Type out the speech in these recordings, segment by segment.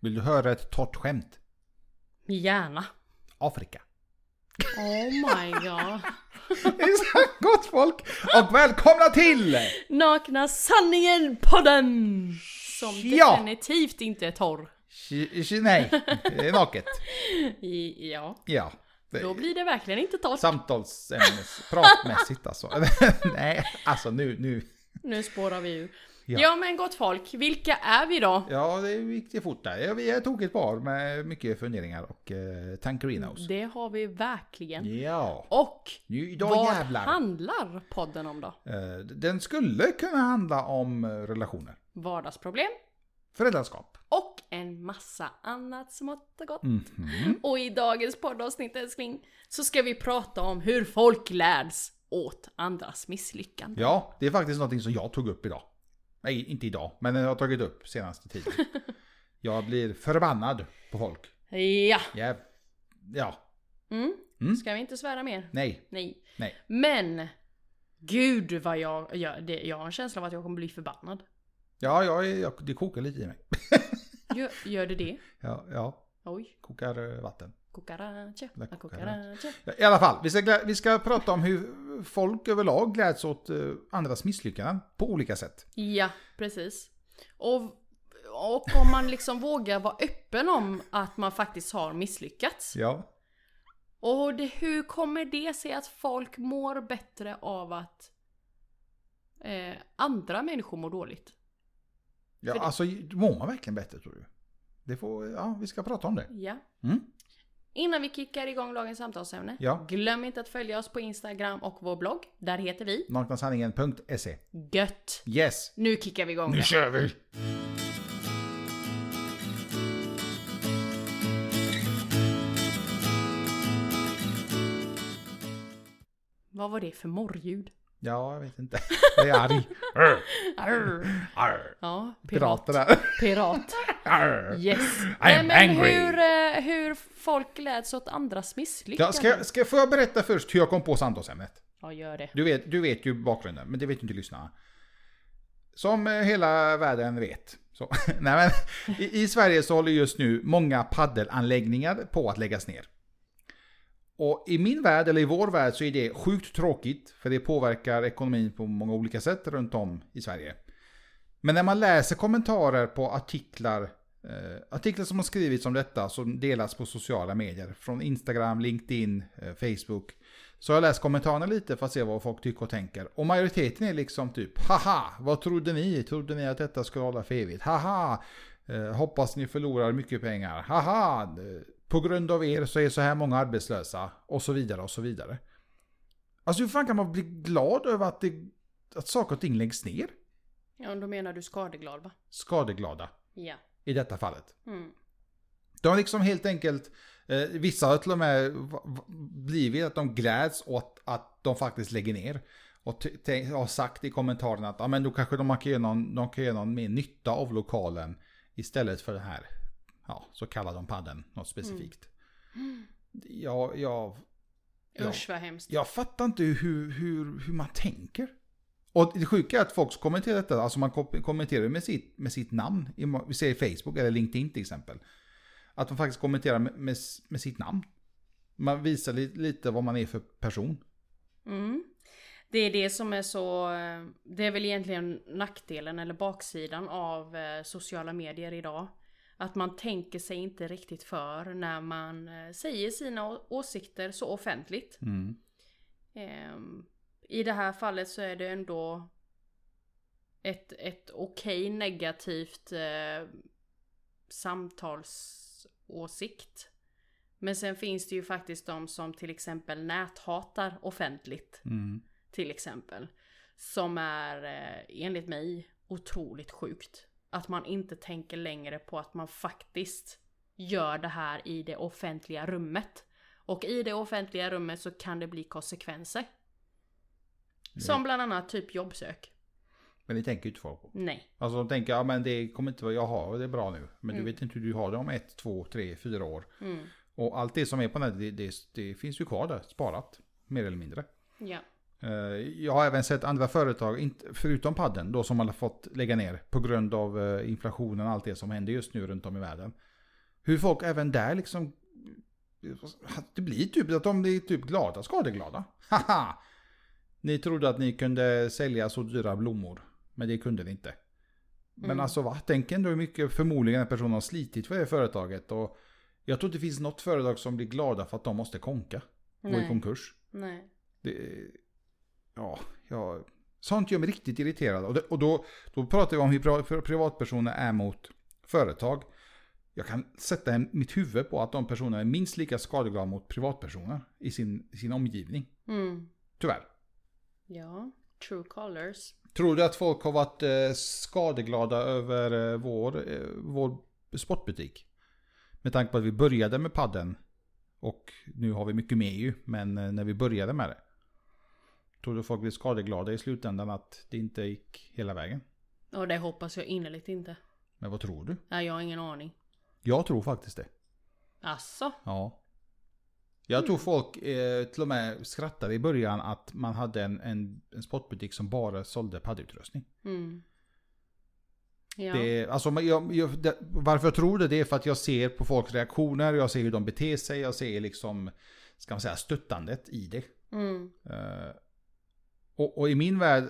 Vill du höra ett torrt skämt? Gärna. Afrika. Oh my god. Exakt gott folk! Och välkomna till! Nakna sanningen podden! Som Ja. definitivt inte är torr. Sh- sh- nej, det är naket. I, ja, Ja. Det- då blir det verkligen inte torrt. Samtalsämnes, pratmässigt alltså. nej, alltså nu, nu. Nu spårar vi ur. Ja. Ja. men gott folk, vilka är vi då? Ja, det gick det fort där. Ja, Vi är ett tokigt par med mycket funderingar och eh, tankerinos. Det har vi verkligen. Ja, Och nu, idag vad jävlar. handlar podden om då? Eh, Den skulle kunna handla om eh, relationer, Vardagsproblem föräldraskap. och en massa annat smått och gott. Mhm. Och i dagens poddavsnitt älskling så ska vi prata om hur folk lärds åt andras misslyckanden. Ja, det är faktiskt någonting som jag tog upp idag. Nej, inte idag, men jag har tagit upp senaste tiden. Jag blir förbannad på folk. Ja! Jag, ja, Mm. Mm. Ska vi inte svära mer? nej, Nej. nej. Men! Gud vad jag, jag, det, jag har en känsla av att jag kommer bli förbannad. Ja, jag, är- jag, det kokar lite i mig. Gör, gör det det? Ja, ja Oj. kokar eh, vatten. Cucaracha, La la cucaracha. I alla fall, vi ska, glä- vi ska prata om hur folk överlag gläds åt eh, andras misslyckanden på olika sätt. Ja, precis. Och, och om man liksom vågar vara öppen om att man faktiskt har misslyckats. Ja. Och det, hur kommer det sig att folk mår bättre av att eh, andra människor mår dåligt? ja För det- alltså, mår man verkligen bättre tror du? Det får, ja, vi ska prata om det. Ja. Mm. Innan vi kickar igång dagens samtalsämne, Ja. glöm inte att följa oss på Instagram och vår blogg. Där heter vi Naknasanningen.se. Gött! E. Yes! Nu kickar vi igång Nu det. kör vi! Vad var det för morrljud? Ja, jag vet inte. Jag är arg. Arr, Arr. arr. Ja, pirat. Pirater där. Pirat. Arr. Yes. I am men angry. hur, eh, hur folk gläds åt andras misslyckanden. Ja, ska, jag- ska, får jag berätta först hur jag kom på samtalsämnet? ja gör det. Du vet, du vet ju bakgrunden, men det vet ju inte lyssnarna. Som eh, hela världen vet. Så, nej men, i, I Sverige så håller just nu många paddelanläggningar på att läggas ner. Och i min värld, eller i vår värld, så är det sjukt tråkigt. För det påverkar ekonomin på många olika sätt runt om i Sverige. Men när man läser kommentarer på artiklar, eh, artiklar som har skrivits om detta, som delas på sociala medier, från Instagram, LinkedIn, eh, Facebook. Så har jag läst kommentarerna lite för att se vad folk tycker och tänker. Och majoriteten är liksom typ Haha! Vad trodde ni? Trodde ni att detta skulle hålla för evigt? Haha! Eh, hoppas ni förlorar mycket pengar. Haha! eh, På grund av er så är så här många arbetslösa. Och så vidare och så vidare. Alltså hur fan kan man bli glad över att, det, att saker och ting läggs ner? Ja, då menar du skadeglad va? Skadeglada Ja. i detta fallet. Mm. De har liksom helt enkelt, eh, vissa har till och med v- v- blivit att de gläds åt att de faktiskt lägger ner. Och t- tänk- har sagt i kommentarerna att ja, men då kanske de kan, göra någon, de kan göra någon mer nytta av lokalen istället för den här ja, så kallade de padden, något specifikt. Ja, jag, Ja. Usch vad hemskt. jag fattar inte hur, hur, hur man tänker. Och det sjuka är att folk kommenterar detta, alltså man kom- kommenterar med sitt, med sitt namn. i må- Vi ser i Facebook eller LinkedIn till exempel. Att man faktiskt kommenterar med, med, s- med sitt namn. Man visar li, lite vad man är för person. Mm. Det är det som är så... eh, Det är väl egentligen nackdelen eller baksidan av eh, sociala medier idag. Att man tänker sig inte riktigt för när man eh, säger sina å- åsikter så offentligt. Ehm, I det här fallet så är det ändå ett, ett okej negativt eh, samtalsåsikt. Men sen finns det ju faktiskt de som till exempel näthatar offentligt. Till exempel. Som är eh, enligt mig otroligt sjukt. Att man inte tänker längre på att man faktiskt gör det här i det offentliga rummet. Och i det offentliga rummet så kan det bli konsekvenser. Som bland annat typ jobbsök. Men det tänker ju inte folk på. Nej. Alltså de tänker, ja men det kommer inte vara, jag har och det är bra nu. Men du vet inte hur du har det om ett, två, tre, fyra år. Mm. Och allt det som är på nätet, det, det, det finns ju kvar där, sparat. Mer eller mindre. Ja. Eh, Jag har även sett andra företag, inte- förutom padden, då som har fått lägga ner på grund av eh, inflationen och allt det som händer just nu runt om i världen. Hur folk även där liksom... Det blir typ att de blir typ glada, skadeglada. Haha! Ni trodde att ni kunde sälja så dyra blommor, men det kunde ni inte. Men Mm. alltså va, tänk ändå hur mycket förmodligen en person har slitit för det företaget. Och jag tror inte det finns något företag som blir glada för att de måste konka. Gå i Nej. konkurs. Nej. Det, ja, jag, sånt gör mig riktigt irriterad. Och, det, och då, då pratar vi om hur pri- för- privatpersoner är mot företag. Jag kan sätta en, mitt huvud på att de personerna är minst lika skadeglada mot privatpersoner i sin, sin omgivning. Mm. Tyvärr. Ja. True colors. Tror du att folk har varit eh, skadeglada över eh, vår, eh, vår sportbutik? Med tanke på att vi började med padden och nu har vi mycket mer ju, men eh, när vi började med det. Tror du folk blev skadeglada i slutändan att det inte gick hela vägen? Och det hoppas jag innerligt inte. Men vad tror du? Nej, jag har ingen aning. Jag tror faktiskt det. Alltså. Ja. Jag tror folk eh, till och med skrattade i början att man hade en, en, en sportbutik som bara sålde paddutrustning. Mm. Ja. Det, alltså, man- jag, jag, det, varför jag tror det, det är för att jag ser på folks reaktioner, jag ser hur de beter sig, jag ser liksom, ska man säga, stöttandet i det. Mm. Eh, och, och i min värld,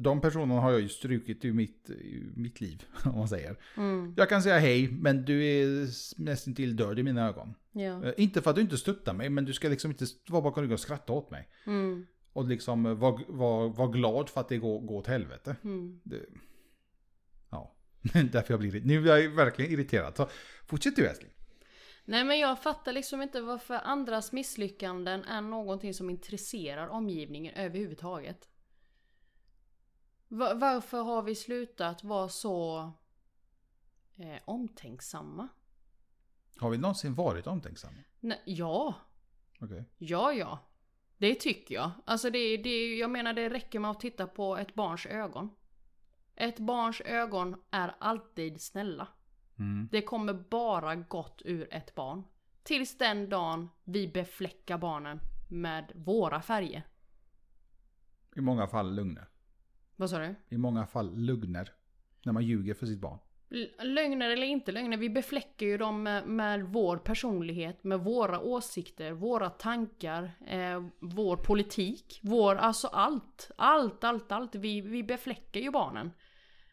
de personerna har jag ju strukit ur mitt, ur mitt liv, om man säger. Mm. Jag kan säga hej, men du är nästan till död i mina ögon. Ja. Eh, inte för att du inte stöttar mig, men du ska liksom inte vara bakom ryggen och skratta åt mig. Mm. Och liksom eh, vara var, var glad för att det går, går åt helvete. Mm. Det, ja, därför jag blir Nu är jag ju verkligen irriterad. Så fortsätt du älskling. Nej men jag fattar liksom inte varför andras misslyckanden är någonting som intresserar omgivningen överhuvudtaget. Va- varför har vi slutat vara så eh, omtänksamma? Har vi någonsin varit omtänksamma? Nej, ja, Okej. ja, ja. Det tycker jag. Alltså det, det, jag menar det räcker med att titta på ett barns ögon. Ett barns ögon är alltid snälla. Mm. Det kommer bara gott ur ett barn. Tills den dagen vi befläckar barnen med våra färger. I många fall lögner. Vad sa du? I många fall lögner. När man ljuger för sitt barn. L- Lögner eller inte lögner, vi befläckar ju dem med, med vår personlighet, med våra åsikter, våra tankar, eh, vår politik, vår, alltså allt. Allt, allt, allt. Vi, vi befläckar ju barnen.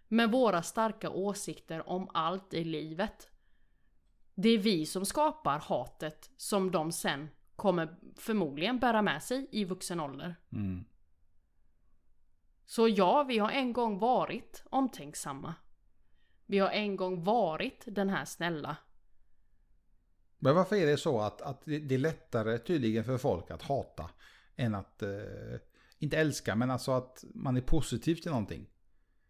Med våra starka åsikter om allt i livet. Det är vi som skapar hatet som de sen kommer förmodligen bära med sig i vuxen ålder. Mm. Så ja, vi har en gång varit omtänksamma. Vi har en gång varit den här snälla. Men varför är det så att, att det det är lättare tydligen för folk att hata än att, eh, inte älska, men alltså att man är positiv till någonting?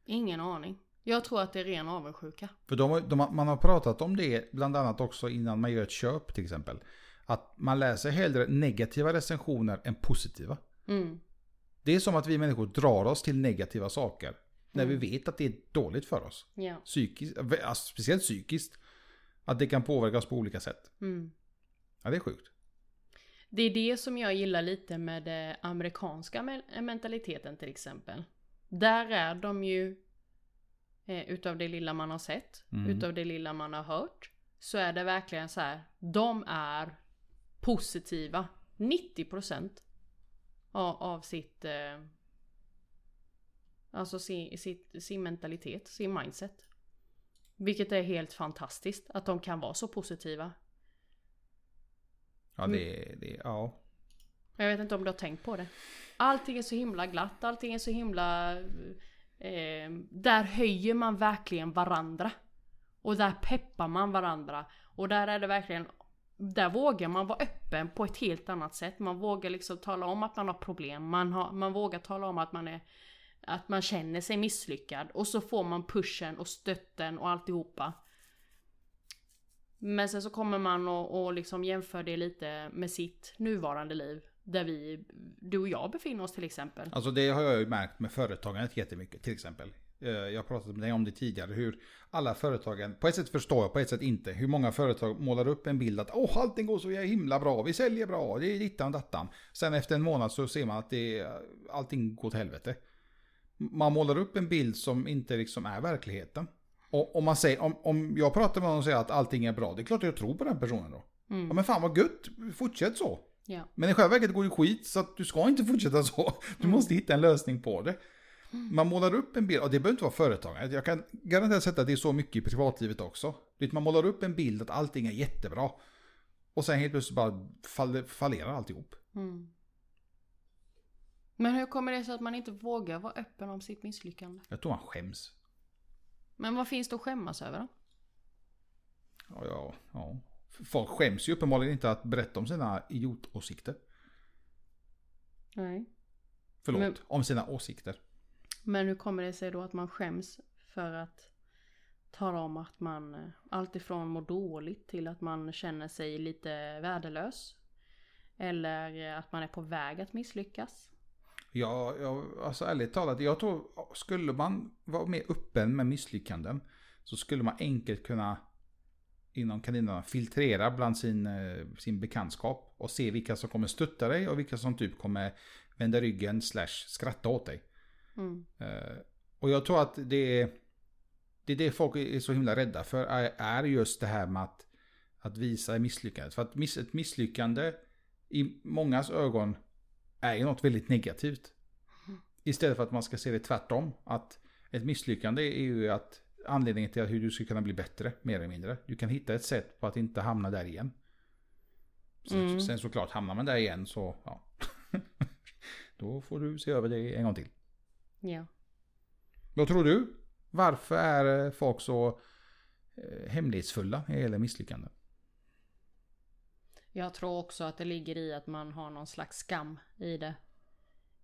Ingen aning. Jag tror att det är ren avundsjuka. För de, har- de, har- man har pratat om det bland annat också innan man gör ett köp till exempel. Att man läser hellre negativa recensioner än positiva. Mm. Det är som att vi människor drar oss till negativa saker. När vi vet att det är dåligt för oss. Ja. Psykiskt, alltså speciellt psykiskt. Att det kan påverka oss på olika sätt. Mm. Ja, det är sjukt. Det är det som jag gillar lite med den amerikanska me- eh, mentaliteten till exempel. Där är de ju, eh, utav det lilla man har sett, Mm. utav det lilla man har hört, så är det verkligen så här. De är positiva. 90% av, av sitt, eh, alltså sin, sitt, sin mentalitet, sin mindset. Vilket är helt fantastiskt att de kan vara så positiva. Ja, det, det ja. Men jag vet inte om du har tänkt på det. Allting är så himla glatt, allting är så himla... Eh, där höjer man verkligen varandra. Och där peppar man varandra. Och där är det verkligen... Där vågar man vara öppen på ett helt annat sätt. Man vågar liksom tala om att man har problem. Man, har, man vågar tala om att man är... Att man känner sig misslyckad. Och så får man pushen och stötten och alltihopa. Men sen så kommer man och, och liksom jämför det lite med sitt nuvarande liv. Där vi, du och jag befinner oss till exempel. Alltså det har jag ju märkt med företagandet jättemycket till exempel. Eh, Jag har pratat med dig om det tidigare. Hur alla företagen, på ett sätt förstår jag, på ett sätt inte. Hur många företag målar upp en bild att åh allting går så himla bra, vi säljer bra, det är dittan och dattan. Sen efter en månad så ser man att det, är- allting går åt helvete. Man målar upp en bild som inte liksom är verkligheten. Och, om, man säger, om, om jag pratar med någon och säger att allting är bra, det är klart jag tror på den personen då. Ja, men fan vad gött, fortsätt så. Mm. Ja. Men i själva verket går det skit så att du ska inte fortsätta så. Du måste hitta en lösning på det. Man målar upp en bild, och det behöver inte vara företagare. Jag kan garanterat sätta att det är så mycket i privatlivet också. Du vet, Man målar upp en bild att allting är jättebra. Och sen helt plötsligt bara fall, fallerar alltihop. Mm. Men hur kommer det sig att man inte vågar vara öppen om sitt misslyckande? Jag tror man skäms. Men vad finns det att skämmas över då? Ja, ja, ja. Folk skäms ju uppenbarligen inte att berätta om sina idiotåsikter. Nej. Förlåt, Men- om sina åsikter. Men hur kommer det sig då att man skäms för att tala om att man eh, alltifrån mår dåligt till att man känner sig lite värdelös? Eller eh, att man är på väg att misslyckas? Ja, ja, alltså ärligt talat, jag tror skulle man vara mer öppen med misslyckanden så skulle man enkelt kunna inom kaninerna filtrera bland sin, eh, sin bekantskap och se vilka som kommer stötta dig och vilka som typ kommer vända ryggen slash skratta åt dig. Mm. Eh, Och jag tror att det är det, är det folk är så himla rädda för är- är just det här med att, att visa misslyckandet. För att miss, ett misslyckande i mångas ögon är ju något väldigt negativt. Istället för att man ska se det tvärtom. Att ett misslyckande är ju att anledningen till hur du ska kunna bli bättre, mer eller mindre. Du kan hitta ett sätt på att inte hamna där igen. Sen, Mm. sen såklart, hamnar man där igen så, ja. Då får du se över det en gång till. Ja. Vad tror du? Varför är eh, folk så eh, hemlighetsfulla när det gäller misslyckanden? Jag tror också att det ligger i att man har någon slags skam i det.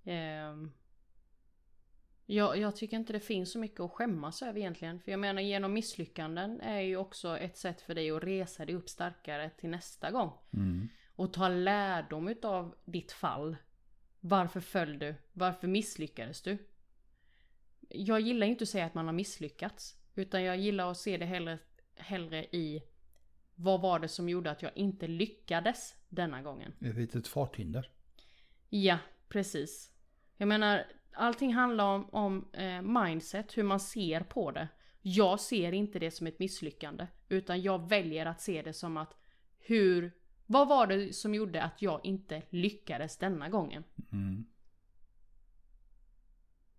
Ehm, jag, jag tycker inte det finns så mycket att skämmas över egentligen. För jag menar genom misslyckanden är ju också ett sätt för dig att resa dig upp starkare till nästa gång. Och ta lärdom utav ditt fall. Varför föll du? Varför misslyckades du? Jag gillar inte att säga att man har misslyckats. Utan jag gillar att se det hellre, hellre i vad var det som gjorde att jag inte lyckades denna gången? Ett litet farthinder. Ja, precis. Jag menar, allting handlar om, om eh, mindset, hur man ser på det. Jag ser inte det som ett misslyckande, utan jag väljer att se det som att hur... Vad var det som gjorde att jag inte lyckades denna gången?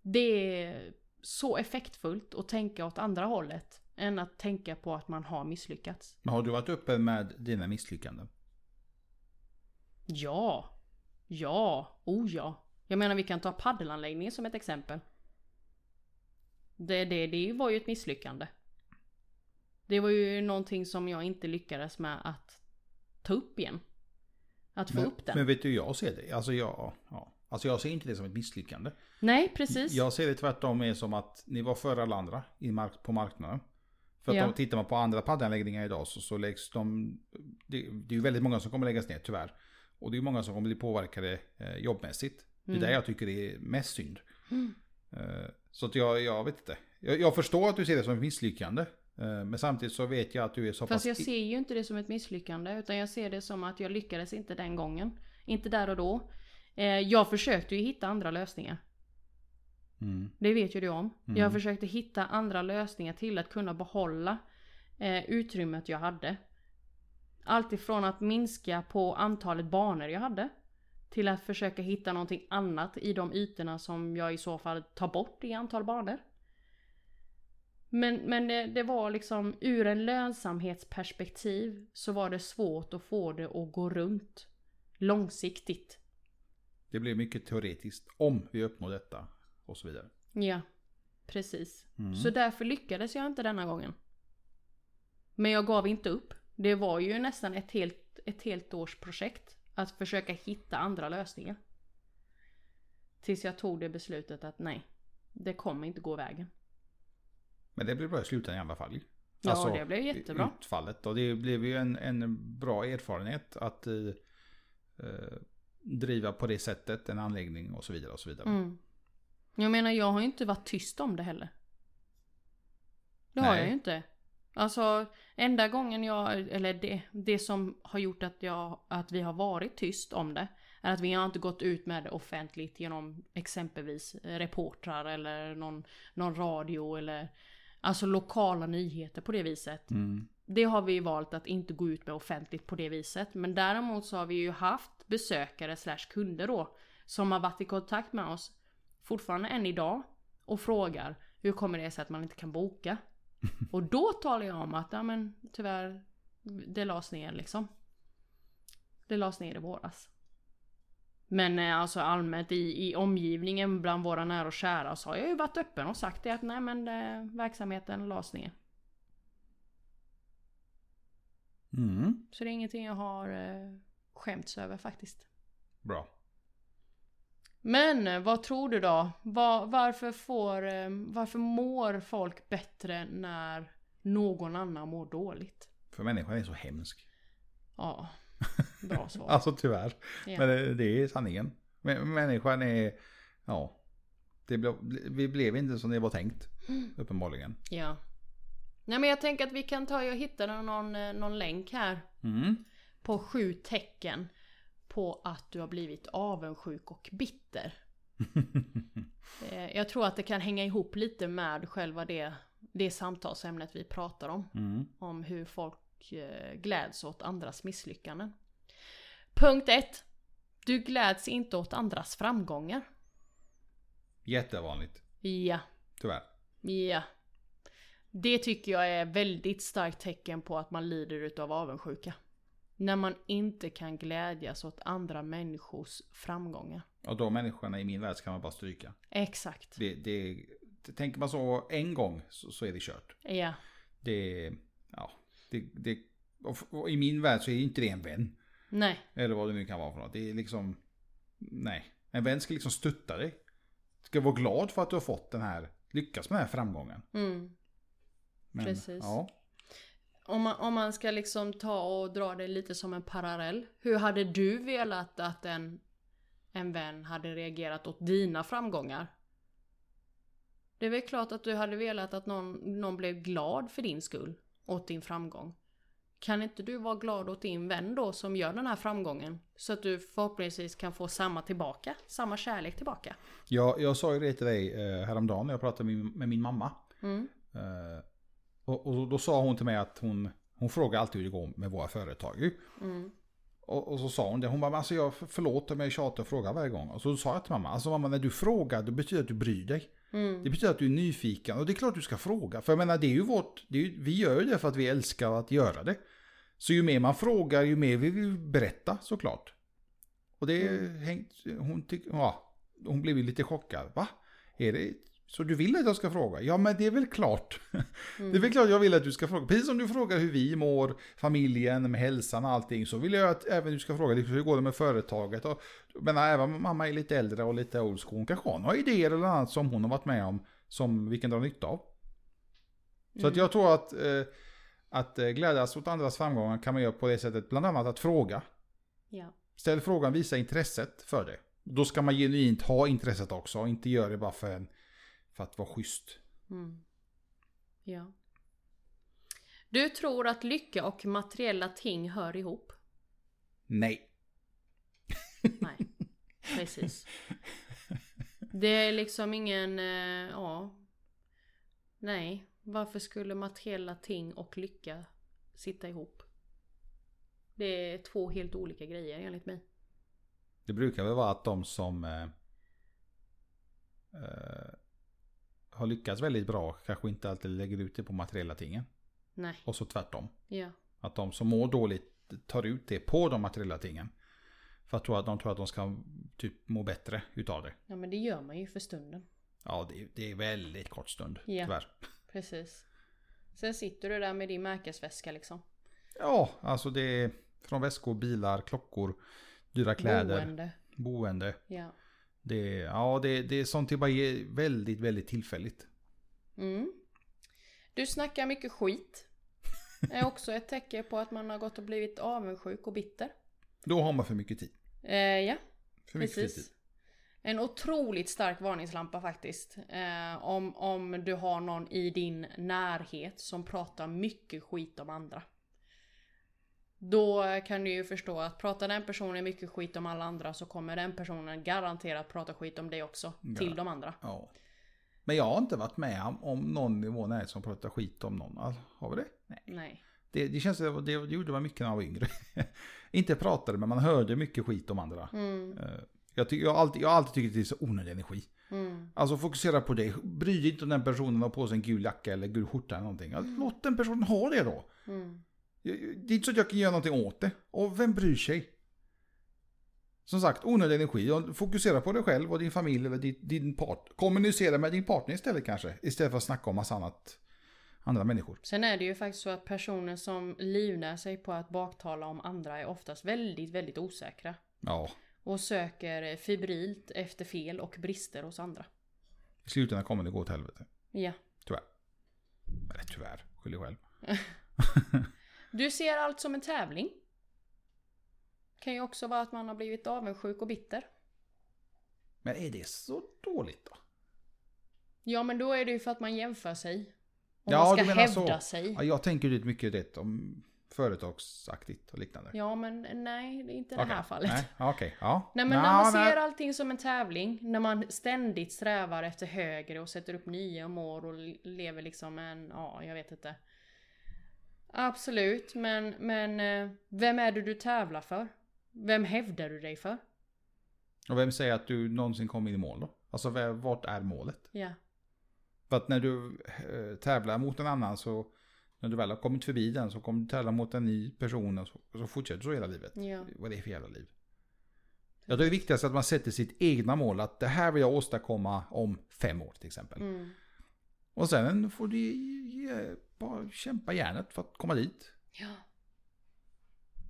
Det är så effektfullt att tänka åt andra hållet än att tänka på att man har misslyckats. Men har du varit uppe med dina misslyckanden? Ja. Ja. Oh ja. Jag menar vi kan ta paddelanläggningen som ett exempel. Det, det, det var ju ett misslyckande. Det var ju någonting som jag inte lyckades med att ta upp igen. Att få men, upp den. Men vet du hur jag ser det? Alltså jag, ja. alltså jag ser inte det som ett misslyckande. Nej precis. Jag ser det tvärtom är som att ni var före alla andra i mark- på marknaden. För att Ja. om tittar man på andra paddelanläggningar idag så, så läggs de... Det, det är ju väldigt många som kommer läggas ner tyvärr. Och det är många som kommer bli påverkade eh, jobbmässigt. Mm. Det är där jag tycker det är mest synd. Eh, så att jag, jag vet inte. Jag, jag förstår att du ser det som ett misslyckande. Eh, men samtidigt så vet jag att du är så Fast pass... jag ser ju inte det som ett misslyckande utan jag ser det som att jag lyckades inte den gången. Inte där och då. Eh, jag försökte ju hitta andra lösningar. Mm. Det vet ju du om. Mm. Jag försökte hitta andra lösningar till att kunna behålla eh, utrymmet jag hade. Allt ifrån att minska på antalet banor jag hade. Till att försöka hitta någonting annat i de ytorna som jag i så fall tar bort i antal banor. Men, men det, det var liksom ur en lönsamhetsperspektiv så var det svårt att få det att gå runt. Långsiktigt. Det blir mycket teoretiskt. Om vi uppnår detta. Och så vidare. Ja, precis. Mm. Så därför lyckades jag inte denna gången. Men jag gav inte upp. Det var ju nästan ett helt, ett helt års projekt att försöka hitta andra lösningar. Tills jag tog det beslutet att nej, det kommer inte gå vägen. Men det blir bra i slutändan i alla fall. Alltså, Ja, det blev jättebra. Utfallet. Och det blev ju en, en bra erfarenhet att eh, eh, driva på det sättet en anläggning och så vidare. Och så vidare. Mm. Jag menar, jag har ju inte varit tyst om det heller. Det har Nej. jag ju inte. Alltså, enda gången jag, eller det, det som har gjort att, jag, att vi har varit tyst om det, är att vi har inte gått ut med det offentligt genom exempelvis eh, reportrar eller någon, någon radio eller Alltså lokala nyheter på det viset. Mm. Det har vi valt att inte gå ut med offentligt på det viset. Men däremot så har vi ju haft besökare slash kunder då. Som har varit i kontakt med oss fortfarande än idag. Och frågar hur kommer det sig att man inte kan boka? Och då talar jag om att ja, men, tyvärr, det lades ner liksom. Det lades ner i våras. Men eh, alltså allmänt i, i omgivningen bland våra nära och kära så har jag ju varit öppen och sagt det att nej men eh, verksamheten lades ner. Mm. Så det är ingenting jag har eh, skämts över faktiskt. Bra. Men eh, vad tror du då? Var, varför, får, eh, varför mår folk bättre när någon annan mår dåligt? För människan är så hemsk. Ja, bra svar. Alltså tyvärr. Ja. Men det, det är sanningen. Men, människan är... Ja. Det blev- vi blev inte som det var tänkt. Mm. Uppenbarligen. Ja. Nej men jag tänker att vi kan ta, jag hittade någon, eh, någon länk här Mm. på sju tecken på att du har blivit avundsjuk och bitter. Eh, Jag tror att det kan hänga ihop lite med själva det, det samtalsämnet vi pratar om. Mm. Om hur folk eh, gläds åt andras misslyckanden. Punkt 1. Du gläds inte åt andras framgångar. Jättevanligt. Ja. Tyvärr. Ja. Det tycker jag är väldigt starkt tecken på att man lider utav avundsjuka. När man inte kan glädjas åt andra människors framgångar. Och de människorna i min värld kan man bara stryka. Exakt. Det, det, det, tänker man så en gång så, så är det kört. Ja. Det... Ja. Det, det, och, f- och I min värld så är inte det en vän. Nej. Eller vad det nu kan vara för något. Det är liksom... Nej. En vän ska liksom stötta dig. Ska vara glad för att du har fått den här... Lyckas med den här framgången. Mm. Men, Precis. Ja. Om, man, om man ska liksom ta och dra det lite som en parallell. Hur hade du velat att en, en vän hade reagerat åt dina framgångar? Det är väl klart att du hade velat att någon, någon blev glad för din skull. Åt din framgång. Kan inte du vara glad åt din vän då som gör den här framgången? Så att du förhoppningsvis kan få samma tillbaka. Samma kärlek tillbaka. Jag, jag sa ju det till dig eh, häromdagen när jag pratade med, min- med min mamma. Mm. Eh, och, och då sa hon till mig att hon, hon frågar alltid hur det går med våra företag. ju. Mm. Och, och så sa hon det. Hon bara, "Men alltså jag förlåt om jag tjatar och frågar varje gång. Och så sa jag till mamma, alltså mamma när du frågar det betyder att du bryr dig. Mm. Det betyder att du är nyfiken. Och det är klart du ska fråga. För jag menar det är ju vårt, det är ju, vi gör ju det för att vi älskar att göra det. Så ju mer man frågar ju mer vill vi berätta såklart. Och det hängt, hon, tyck, ja, hon blev ju lite chockad. Va? Är det, så du vill att jag ska fråga? Ja men det är väl klart. Det är väl klart jag vill att du ska fråga. Precis som du frågar hur vi mår, familjen, med hälsan och allting. Så vill jag att även du ska fråga liksom, hur går det med företaget. Och, men även mamma är lite äldre och lite old school. Hon kanske har några idéer eller annat som hon har varit med om. Som vi kan dra nytta av. Så att jag tror att, eh, att eh, glädjas åt andras framgångar kan man göra på det sättet. Bland annat att fråga. Ja. Ställ frågan, visa intresset för det. Då ska man genuint ha intresset också. och Inte göra det bara för, en, för att vara schysst. Mm. Ja. Du tror att lycka och materiella ting hör ihop? Nej. Nej. Precis. Det är liksom ingen... eh, Ja. Nej. Varför skulle materiella ting och lycka sitta ihop? Det är två helt olika grejer enligt mig. Det brukar väl vara att de som eh, eh, har lyckats väldigt bra kanske inte alltid lägger ut det på materiella tingen. Nej. Och så tvärtom. Ja. Att de som mår dåligt tar ut det på de materiella tingen. För att, tro att de tror att de ska typ må bättre utav det. Ja men det gör man ju för stunden. Ja, det, det är väldigt kort stund Ja. tyvärr. Precis. Sen sitter du där med din märkesväska liksom. Ja, alltså det är från väskor, bilar, klockor, dyra kläder, boende. Boende. Ja. Det, är- ja, det, det är sånt det bara är väldigt, väldigt tillfälligt. Mm. Du snackar mycket skit. är också ett tecken på att man har gått och blivit avundsjuk och bitter. Då har man för mycket tid. Eh, ja, För mycket fritid. precis. En otroligt stark varningslampa faktiskt. Eh, om, om du har någon i din närhet som pratar mycket skit om andra. Då kan du ju förstå att pratar den personen mycket skit om alla andra så kommer den personen garanterat prata skit om dig också. Till de andra. Ja. Men jag har inte varit med om, om någon i vår närhet som pratar skit om någon. Alltså, har vi det? Nej. Nej. Det, det känns som det, det gjorde man mycket när man var yngre. inte pratade, men man hörde mycket skit om andra. Mm. Eh, Jag, ty- jag, har alltid, jag har alltid tyckt att det är så onödig energi. Mm. Alltså fokusera på det. Bry dig inte om den personen har på sig en gul jacka eller gul skjorta eller någonting. Alltså, Låt den personen ha det då. Mm. Jag- jag- Det är inte så att jag kan göra någonting åt det. Och vem bryr sig? Som sagt, onödig energi. Och Fokusera på dig själv och din familj eller din, din part. Kommunicera med din partner istället kanske. Istället för att snacka om massa annat. Andra människor. Sen är det ju faktiskt så att personer som livnär sig på att baktala om andra är oftast väldigt, väldigt osäkra. Ja, Och söker febrilt efter fel och brister hos andra. i slutändan kommer det gå åt helvete. Ja. Tyvärr. Eller tyvärr, skyll dig själv. Du ser allt som en tävling. Kan ju också vara att man har blivit avundsjuk och bitter. Men är det så dåligt då? Ja men då är det ju för att man jämför sig. Och Ja, man du ska menar hävda så. sig. Ja, jag tänker ju mycket rätt om företagsaktigt och liknande. Ja men nej, det är inte i det här Okej. fallet. Nej, ja, okej. Ja. Nej men Nja, när man nej. ser allting som en tävling, när man ständigt strävar efter högre och sätter upp nya mål och lever liksom en, ja jag vet inte. Absolut, men, men eh, vem är det du tävlar för? Vem hävdar du dig för? Och vem säger att du någonsin kommer in i mål då? Alltså v- vart är målet? Ja. För att när du eh, tävlar mot en annan så när du väl har kommit förbi den så kommer du tävla mot en ny person och så, och så fortsätter du så hela livet. Ja. Vad är det för jävla liv? Jag tror det viktigaste är att man sätter sitt egna mål att det här vill jag åstadkomma om fem år till exempel. Mm. Och sen får du ge, bara kämpa hjärnet för att komma dit. ja.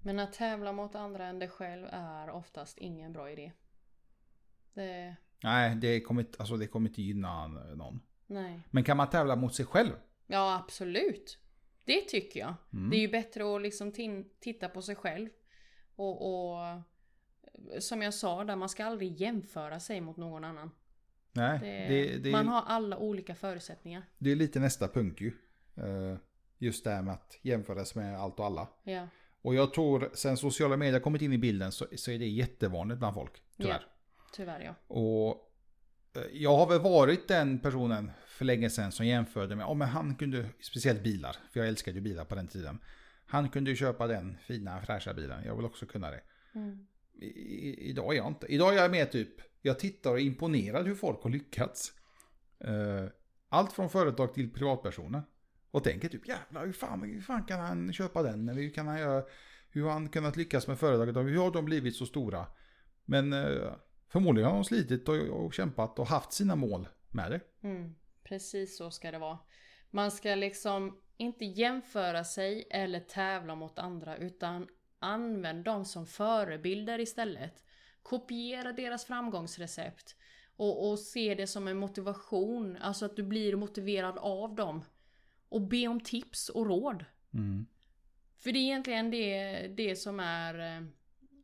Men att tävla mot andra än dig själv är oftast ingen bra idé. Det, Nej, det kommer inte, alltså det kommer inte gynna någon. nej. Men kan man tävla mot sig själv? Ja, absolut. Det tycker jag. Mm. Det är ju bättre att liksom tin- titta på sig själv. Och, och som jag sa, där man ska aldrig jämföra sig mot någon annan. Nej, Det, det, det, man har alla olika förutsättningar. det är lite nästa punkt ju. Eh, Just det här med att jämföras med allt och alla. Ja. Och jag tror sen sociala medier kommit in i bilden så, så är det jättevanligt bland folk. Tyvärr. Tyvärr ja. Och eh, jag har väl varit den personen för länge sedan som jämförde med, ja men han kunde, speciellt bilar, för jag älskade ju bilar på den tiden. Han kunde ju köpa den fina fräscha bilen, jag vill också kunna det. Mm. I, i, idag är jag inte. Idag är jag mer typ, jag tittar och är imponerad hur folk har lyckats. Eh, allt från företag till privatpersoner. Och tänker typ jävlar hur fan, hur fan kan han köpa den? Eller Hur, kan han göra, hur har han kunnat lyckas med företaget? Och Hur har de blivit så stora? Men eh, förmodligen har de slitit och, och kämpat och haft sina mål med det. Mm. Precis så ska det vara. Man ska liksom inte jämföra sig eller tävla mot andra utan använd dem som förebilder istället. Kopiera deras framgångsrecept och, och se det som en motivation, alltså att du blir motiverad av dem. Och be om tips och råd. För det är egentligen det, det som är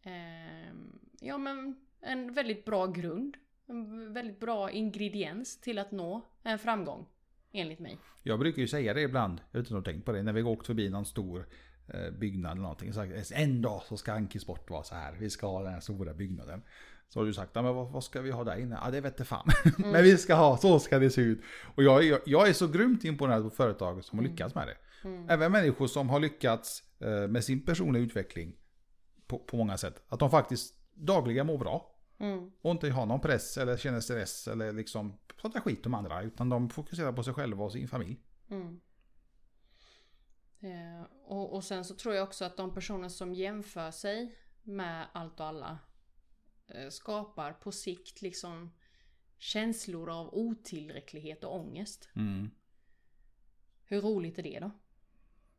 eh, eh, ja, men en väldigt bra grund. En väldigt bra ingrediens till att nå en framgång. Enligt mig. Jag brukar ju säga det ibland, jag vet inte om du har tänkt på det, när vi har åkt förbi någon stor eh, byggnad eller någonting. Sagt, en dag så ska Anki Sport vara så här, vi ska ha den här stora byggnaden. Så har du sagt, "Ja, men vad, vad ska vi ha där inne? Ja det vete fan. men vi ska ha, så ska det se ut. Och jag, är- jag, jag är så grymt imponerad på företag som har lyckats med det. Mm, Även människor som har lyckats eh, med sin personliga utveckling på, på många sätt. Att de faktiskt dagligen mår bra. Mm. Och inte har någon press eller känner stress eller liksom pratar skit om andra. Utan de fokuserar på sig själva och sin familj. Mm. Eh, och, och sen så tror jag också att de personer som jämför sig med allt och alla eh, skapar på sikt liksom känslor av otillräcklighet och ångest. Mm. Hur roligt är det då?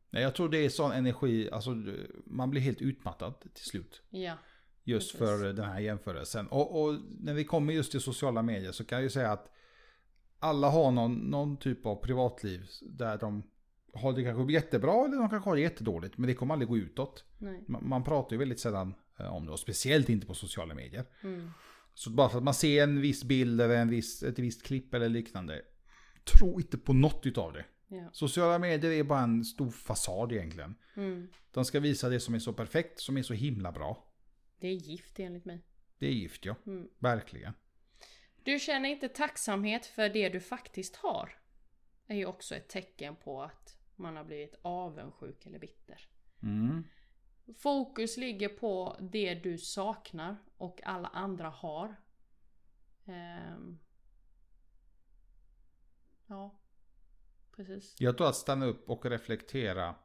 Nej, jag tror det är sån energi, alltså du- man blir helt utmattad till slut. Ja. Just Precis. för den här jämförelsen. Och, och när vi kommer just till sociala medier så kan jag ju säga att alla har någon, någon typ av privatliv där de har det kanske jättebra eller de kanske har det jättedåligt. Men det kommer aldrig gå utåt. Nej. Man, man pratar ju väldigt sällan eh, om det och speciellt inte på sociala medier. Mm. Så bara för att man ser en viss bild eller en viss, ett visst klipp eller liknande. Tro inte på något utav det. Ja. Sociala medier är bara en stor fasad egentligen. Mm. De ska visa det som är så perfekt, som är så himla bra. Det är gift enligt mig. Det är gift ja, Mm. verkligen. Du känner inte tacksamhet för det du faktiskt har. är ju också ett tecken på att man har blivit avundsjuk eller bitter. Mm. Fokus ligger på det du saknar och alla andra har. Ehm. Ja, precis. Jag tror att stanna upp och reflektera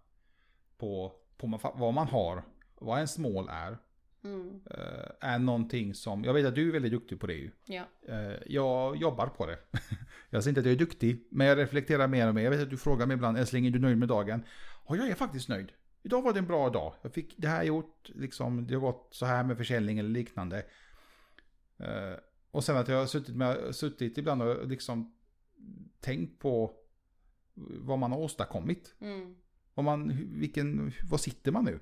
på, på ma- vad man har, vad ens mål är, Mm. eh, är någonting som, jag vet att du är väldigt duktig på det ju. Ja. Eh, Jag jobbar på det. Jag säger inte att jag är duktig, men jag reflekterar mer och mer. Jag vet att du frågar mig ibland, älskling är du nöjd med dagen? Ja, jag är faktiskt nöjd. Idag var det en bra dag. Jag fick det här gjort, liksom, det har gått så här med försäljning eller liknande. Eh, Och sen att jag har suttit, med, suttit ibland och liksom tänkt på vad man har åstadkommit. Mm. Om man, vilken, vad sitter man nu?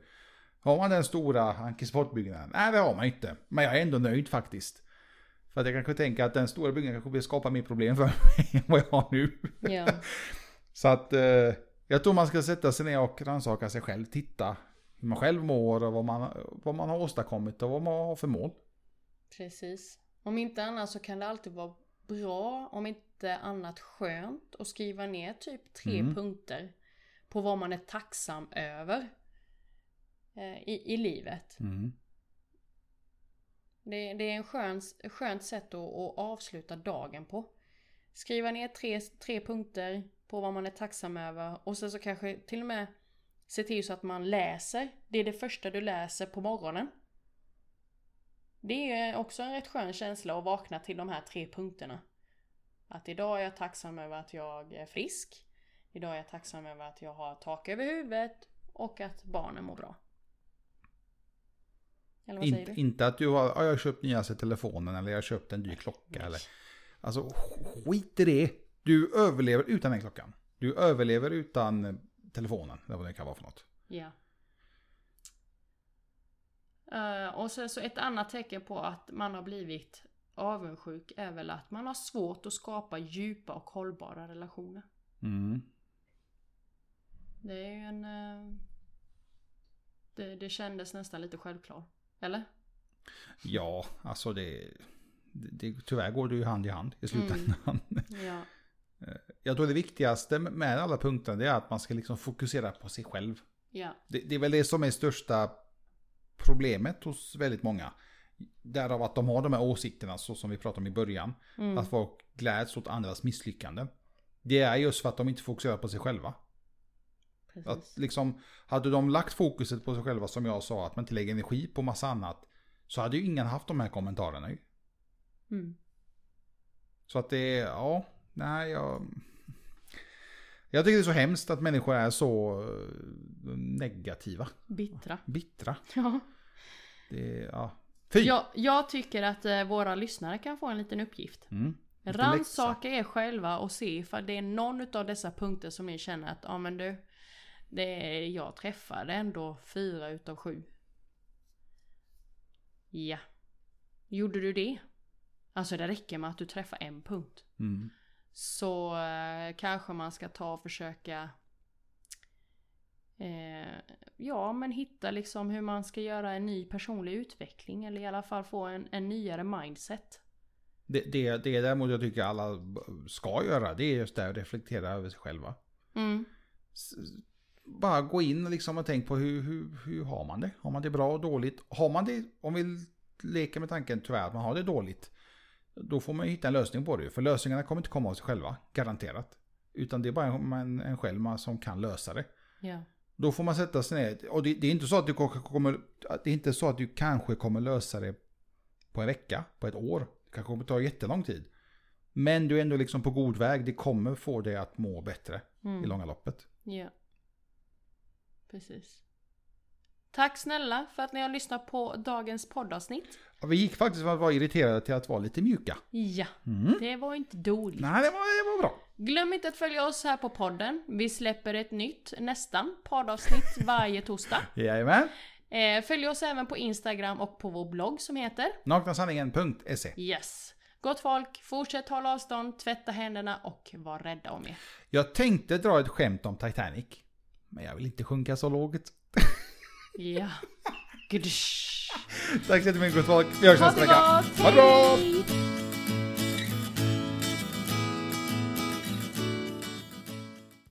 Har man den stora Ankesportbyggnaden? Nej, det har man inte. Men jag är ändå nöjd faktiskt. För att jag kanske tänker att den stora byggnaden kanske skapar mer problem för mig än vad jag har nu. ja. Så att eh, jag tror man ska sätta sig ner och rannsaka sig själv. Titta hur man själv mår och vad man, vad man har åstadkommit och vad man har för mål. Precis. Om inte annat så kan det alltid vara bra, om inte annat skönt, att skriva ner typ tre Mm. punkter på vad man är tacksam över eh, i, i livet. Det, det är en skön, skönt sätt att, att avsluta dagen på. Skriva ner tre, tre punkter på vad man är tacksam över och sen så kanske till och med se till så att man läser. Det är det första du läser på morgonen. Det är också en rätt skön känsla att vakna till de här tre punkterna. Att idag är jag tacksam över att jag är frisk. Idag är jag tacksam över att jag har tak över huvudet och att barnen mår bra. Eller vad säger Inte, du? inte att du har, ja, jag har köpt nyaste telefonen eller jag har köpt en ny klocka. Nej. Eller, alltså sk- skit i det. Du överlever utan den klockan. Du överlever utan eh, telefonen. Eller vad det kan vara för något. Ja. Eh, och sen så ett annat tecken på att man har blivit avundsjuk är väl att man har svårt att skapa djupa och hållbara relationer. Mm. Det är ju en... eh, det, det kändes nästan lite självklart. Eller? Ja, alltså det, det, det... Tyvärr går det ju hand i hand i slutändan. Ja. Jag tror det viktigaste med alla punkterna det är att man ska liksom fokusera på sig själv. Ja. Det, det är väl det som är största problemet hos väldigt många. Därav att de har de här åsikterna så som vi pratade om i början. Mm. Att folk gläds åt andras misslyckanden. Det är just för att de inte fokuserar på sig själva. Att Precis. liksom, hade de lagt fokuset på sig själva som jag sa, att man inte lägger energi på massa annat. Så hade ju ingen haft de här kommentarerna ju. Mm. Så att det är, ja, nej jag... Jag tycker det är så hemskt att människor är så eh, negativa, Bittra. bittra. Ja. Det är, ja. Fy! Jag, jag tycker att eh, våra lyssnare kan få en liten uppgift. Mm. Lite Rannsaka er själva och se ifall det är någon av dessa punkter som ni känner att, ja ah, men du, det är, jag träffade ändå fyra utav sju. Ja. Gjorde du det? Alltså det räcker med att du träffar en punkt. Mm. Så eh, kanske man ska ta och försöka eh, Ja men hitta liksom hur man ska göra en ny personlig utveckling eller i alla fall få en, en nyare mindset. Det, det, det är däremot jag tycker alla b- ska göra, det är just det att reflektera över sig själva. Mm. S- Bara gå in liksom och tänk på hur, hur, hur har man det? Har man det bra och dåligt? Har man det, om vi leker med tanken tyvärr att man har det dåligt. Då får man ju hitta en lösning på det. För lösningarna kommer inte komma av sig själva, garanterat. Utan det är bara en, en själv man som kan lösa det. Ja. Då får man sätta sig ner. Och det, det är inte så att du kanske kommer... att Det är inte så att du kanske kommer lösa det på en vecka, på ett år. Det kanske kommer ta jättelång tid. Men du är ändå liksom på god väg. Det kommer få dig att må bättre i Mm. långa loppet. Ja. Precis. Tack snälla för att ni har lyssnat på dagens poddavsnitt. Ja, Vi gick faktiskt från att vara irriterade till att vara lite mjuka. Ja, Mm. det var inte dåligt. Nej, det var, det var bra. Glöm inte att följa oss här på podden. Vi släpper ett nytt, nästan, poddavsnitt varje torsdag. Jajamän. Eh, följ oss även på Instagram och på vår blogg som heter Naknasanningen.se Yes. Gott folk, fortsätt hålla avstånd, tvätta händerna och var rädda om er. Jag tänkte dra ett skämt om Titanic. Men jag vill inte sjunka så lågt. Ja. Gudsch. Tack så jättemycket gott folk. Vi hörs Ha nästa det vecka. gott! Ha det bra! Hej!